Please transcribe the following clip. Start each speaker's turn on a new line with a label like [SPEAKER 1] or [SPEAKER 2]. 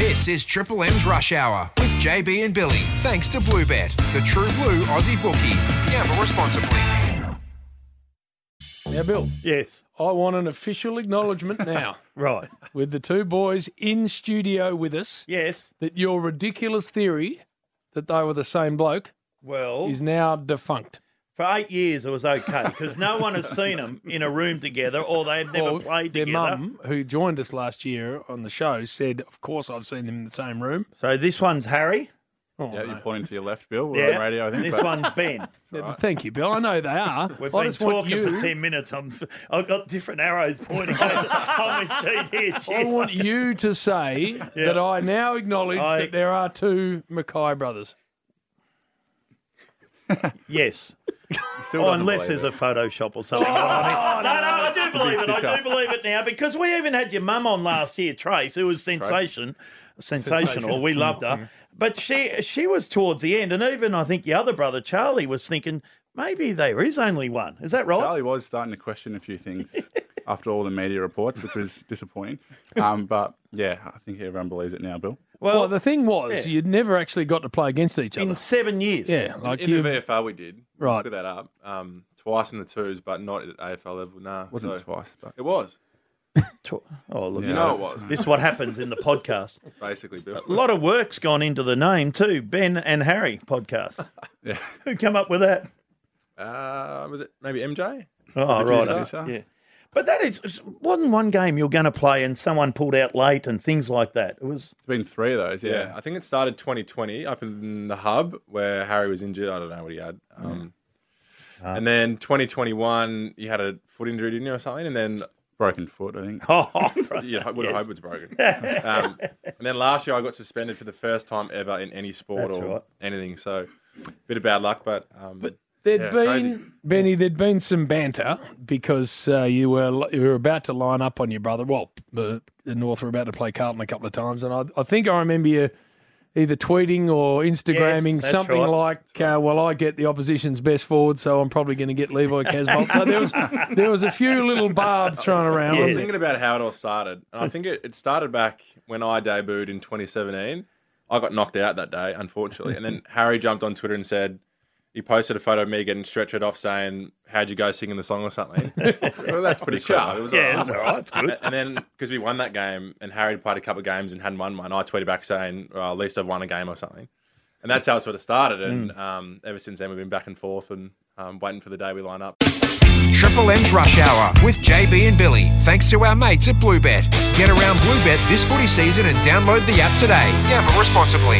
[SPEAKER 1] This is Triple M's Rush Hour with JB and Billy. Thanks to Bluebet, the true blue Aussie bookie. Gamble responsibly.
[SPEAKER 2] Now, Bill,
[SPEAKER 3] Yes.
[SPEAKER 2] I want an official acknowledgement now
[SPEAKER 3] Right.
[SPEAKER 2] with the two boys in studio with us
[SPEAKER 3] Yes.
[SPEAKER 2] that your ridiculous theory that they were the same bloke
[SPEAKER 3] Well,
[SPEAKER 2] is now defunct.
[SPEAKER 3] for eight years it was okay because no one has seen them in a room together or they had never
[SPEAKER 2] Well,
[SPEAKER 3] played
[SPEAKER 2] their
[SPEAKER 3] together.
[SPEAKER 2] mum, who joined us last year on the show, said, "Of course, I've seen them in the same room."
[SPEAKER 3] So this one's Harry.
[SPEAKER 2] Oh,
[SPEAKER 4] Yeah,
[SPEAKER 2] no.
[SPEAKER 4] you're pointing to your left, Bill. We're
[SPEAKER 3] Yeah.
[SPEAKER 4] on radio, I think.
[SPEAKER 3] this
[SPEAKER 4] but-
[SPEAKER 3] one's Ben.
[SPEAKER 2] Th- Thank you, Bill. I know they are.
[SPEAKER 3] We've
[SPEAKER 2] I
[SPEAKER 3] been
[SPEAKER 2] just want
[SPEAKER 3] talking
[SPEAKER 2] you.
[SPEAKER 3] for ten minutes. I'm, I've got different arrows pointing on the sheet here.
[SPEAKER 2] I
[SPEAKER 3] Jim.
[SPEAKER 2] want you to say that I now acknowledge
[SPEAKER 3] I-
[SPEAKER 2] that there are two Mackay brothers.
[SPEAKER 3] Yes.
[SPEAKER 4] Still
[SPEAKER 3] Oh,
[SPEAKER 4] doesn't
[SPEAKER 3] unless
[SPEAKER 4] believe
[SPEAKER 3] there's
[SPEAKER 4] it.
[SPEAKER 3] a photoshop or something. on it. Oh, no, no, I do believe it. I do
[SPEAKER 4] stitch-up.
[SPEAKER 3] believe it now because we even had your mum on last year, Trace, who was sensation, sensational.
[SPEAKER 4] Sensational. Mm-hmm.
[SPEAKER 3] We loved her, but she she was towards the end, and even I think your other brother Charlie was thinking maybe there is only one. Is that right?
[SPEAKER 4] Charlie was starting to question a few things after all the media reports, which was disappointing. Um, but yeah, I think everyone believes it now, Bill.
[SPEAKER 2] Well,
[SPEAKER 3] Well,
[SPEAKER 2] the thing was,
[SPEAKER 3] yeah.
[SPEAKER 2] you'd never actually got to play against each other.
[SPEAKER 3] in seven years.
[SPEAKER 2] yeah, like
[SPEAKER 5] in the
[SPEAKER 2] you.
[SPEAKER 5] VFL we did. We
[SPEAKER 2] Right.
[SPEAKER 5] Put that up. Um, twice in the twos, but not at AFL level. Nah.
[SPEAKER 4] Wasn't
[SPEAKER 5] so-
[SPEAKER 4] it twice, but
[SPEAKER 5] It was,
[SPEAKER 3] Tw- Oh, look,
[SPEAKER 4] Yeah.
[SPEAKER 5] You know it was,
[SPEAKER 3] this is what happens in the podcast.
[SPEAKER 5] basically, Bill.
[SPEAKER 3] A lot of work's gone into the name too. Ben and Harry podcast.
[SPEAKER 4] yeah.
[SPEAKER 3] Who came up with that?
[SPEAKER 5] Uh, was it maybe MJ?
[SPEAKER 3] Oh, right.
[SPEAKER 4] Producer.
[SPEAKER 3] Yeah. But that is it's- wasn't one game you're going to play, and someone pulled out late and things like that. It was
[SPEAKER 4] It's been three of those, yeah.
[SPEAKER 5] I think it started 2020 up in the hub where Harry was injured. I don't know what he had. Um, And then 2021, you had a foot injury, didn't you, or something? And then
[SPEAKER 4] Broken foot, I think.
[SPEAKER 3] oh,
[SPEAKER 5] you know, I would have hoped it's broken.
[SPEAKER 3] right.
[SPEAKER 5] Um, and then last year, I got suspended for the first time ever in any sport
[SPEAKER 3] That's
[SPEAKER 5] or
[SPEAKER 3] right.
[SPEAKER 5] anything. So, bit of bad luck, but um, but
[SPEAKER 2] There'd
[SPEAKER 5] Yeah,
[SPEAKER 2] been
[SPEAKER 5] crazy.
[SPEAKER 2] Benny. There'd been some banter because uh, you were you were about to line up on your brother. Well, the, the North were about to play Carlton a couple of times, and I, I think I remember you either tweeting or Instagramming
[SPEAKER 3] Yes, that's
[SPEAKER 2] something
[SPEAKER 3] right.
[SPEAKER 2] like, uh, "Well, I get the opposition's best forward, so I'm probably going to get Levi Casbolt." so there was there was a few little barbs thrown around.
[SPEAKER 3] Yes.
[SPEAKER 5] I was
[SPEAKER 2] wasn't there?
[SPEAKER 5] thinking about how it all started, and I think it, it started back when I debuted in 2017. I got knocked out that day, unfortunately, and then Harry jumped on Twitter and said he posted a photo of me getting stretchered off, saying, "How'd you go singing the song or something?" well, that's pretty cool. It was
[SPEAKER 3] yeah,
[SPEAKER 5] alright.
[SPEAKER 3] that's all right. It's good.
[SPEAKER 5] A- And then because we won that game, and Harry played a couple of games and hadn't won one, I tweeted back saying, well, "At least I've won a game or something." And that's how it sort of started. And um, ever since then, we've been back and forth and um, waiting for the day we line up.
[SPEAKER 1] Triple M's Rush Hour with JB and Billy. Thanks to our mates at Bluebet. Get around Bluebet this footy season and download the app today. Gamble responsibly.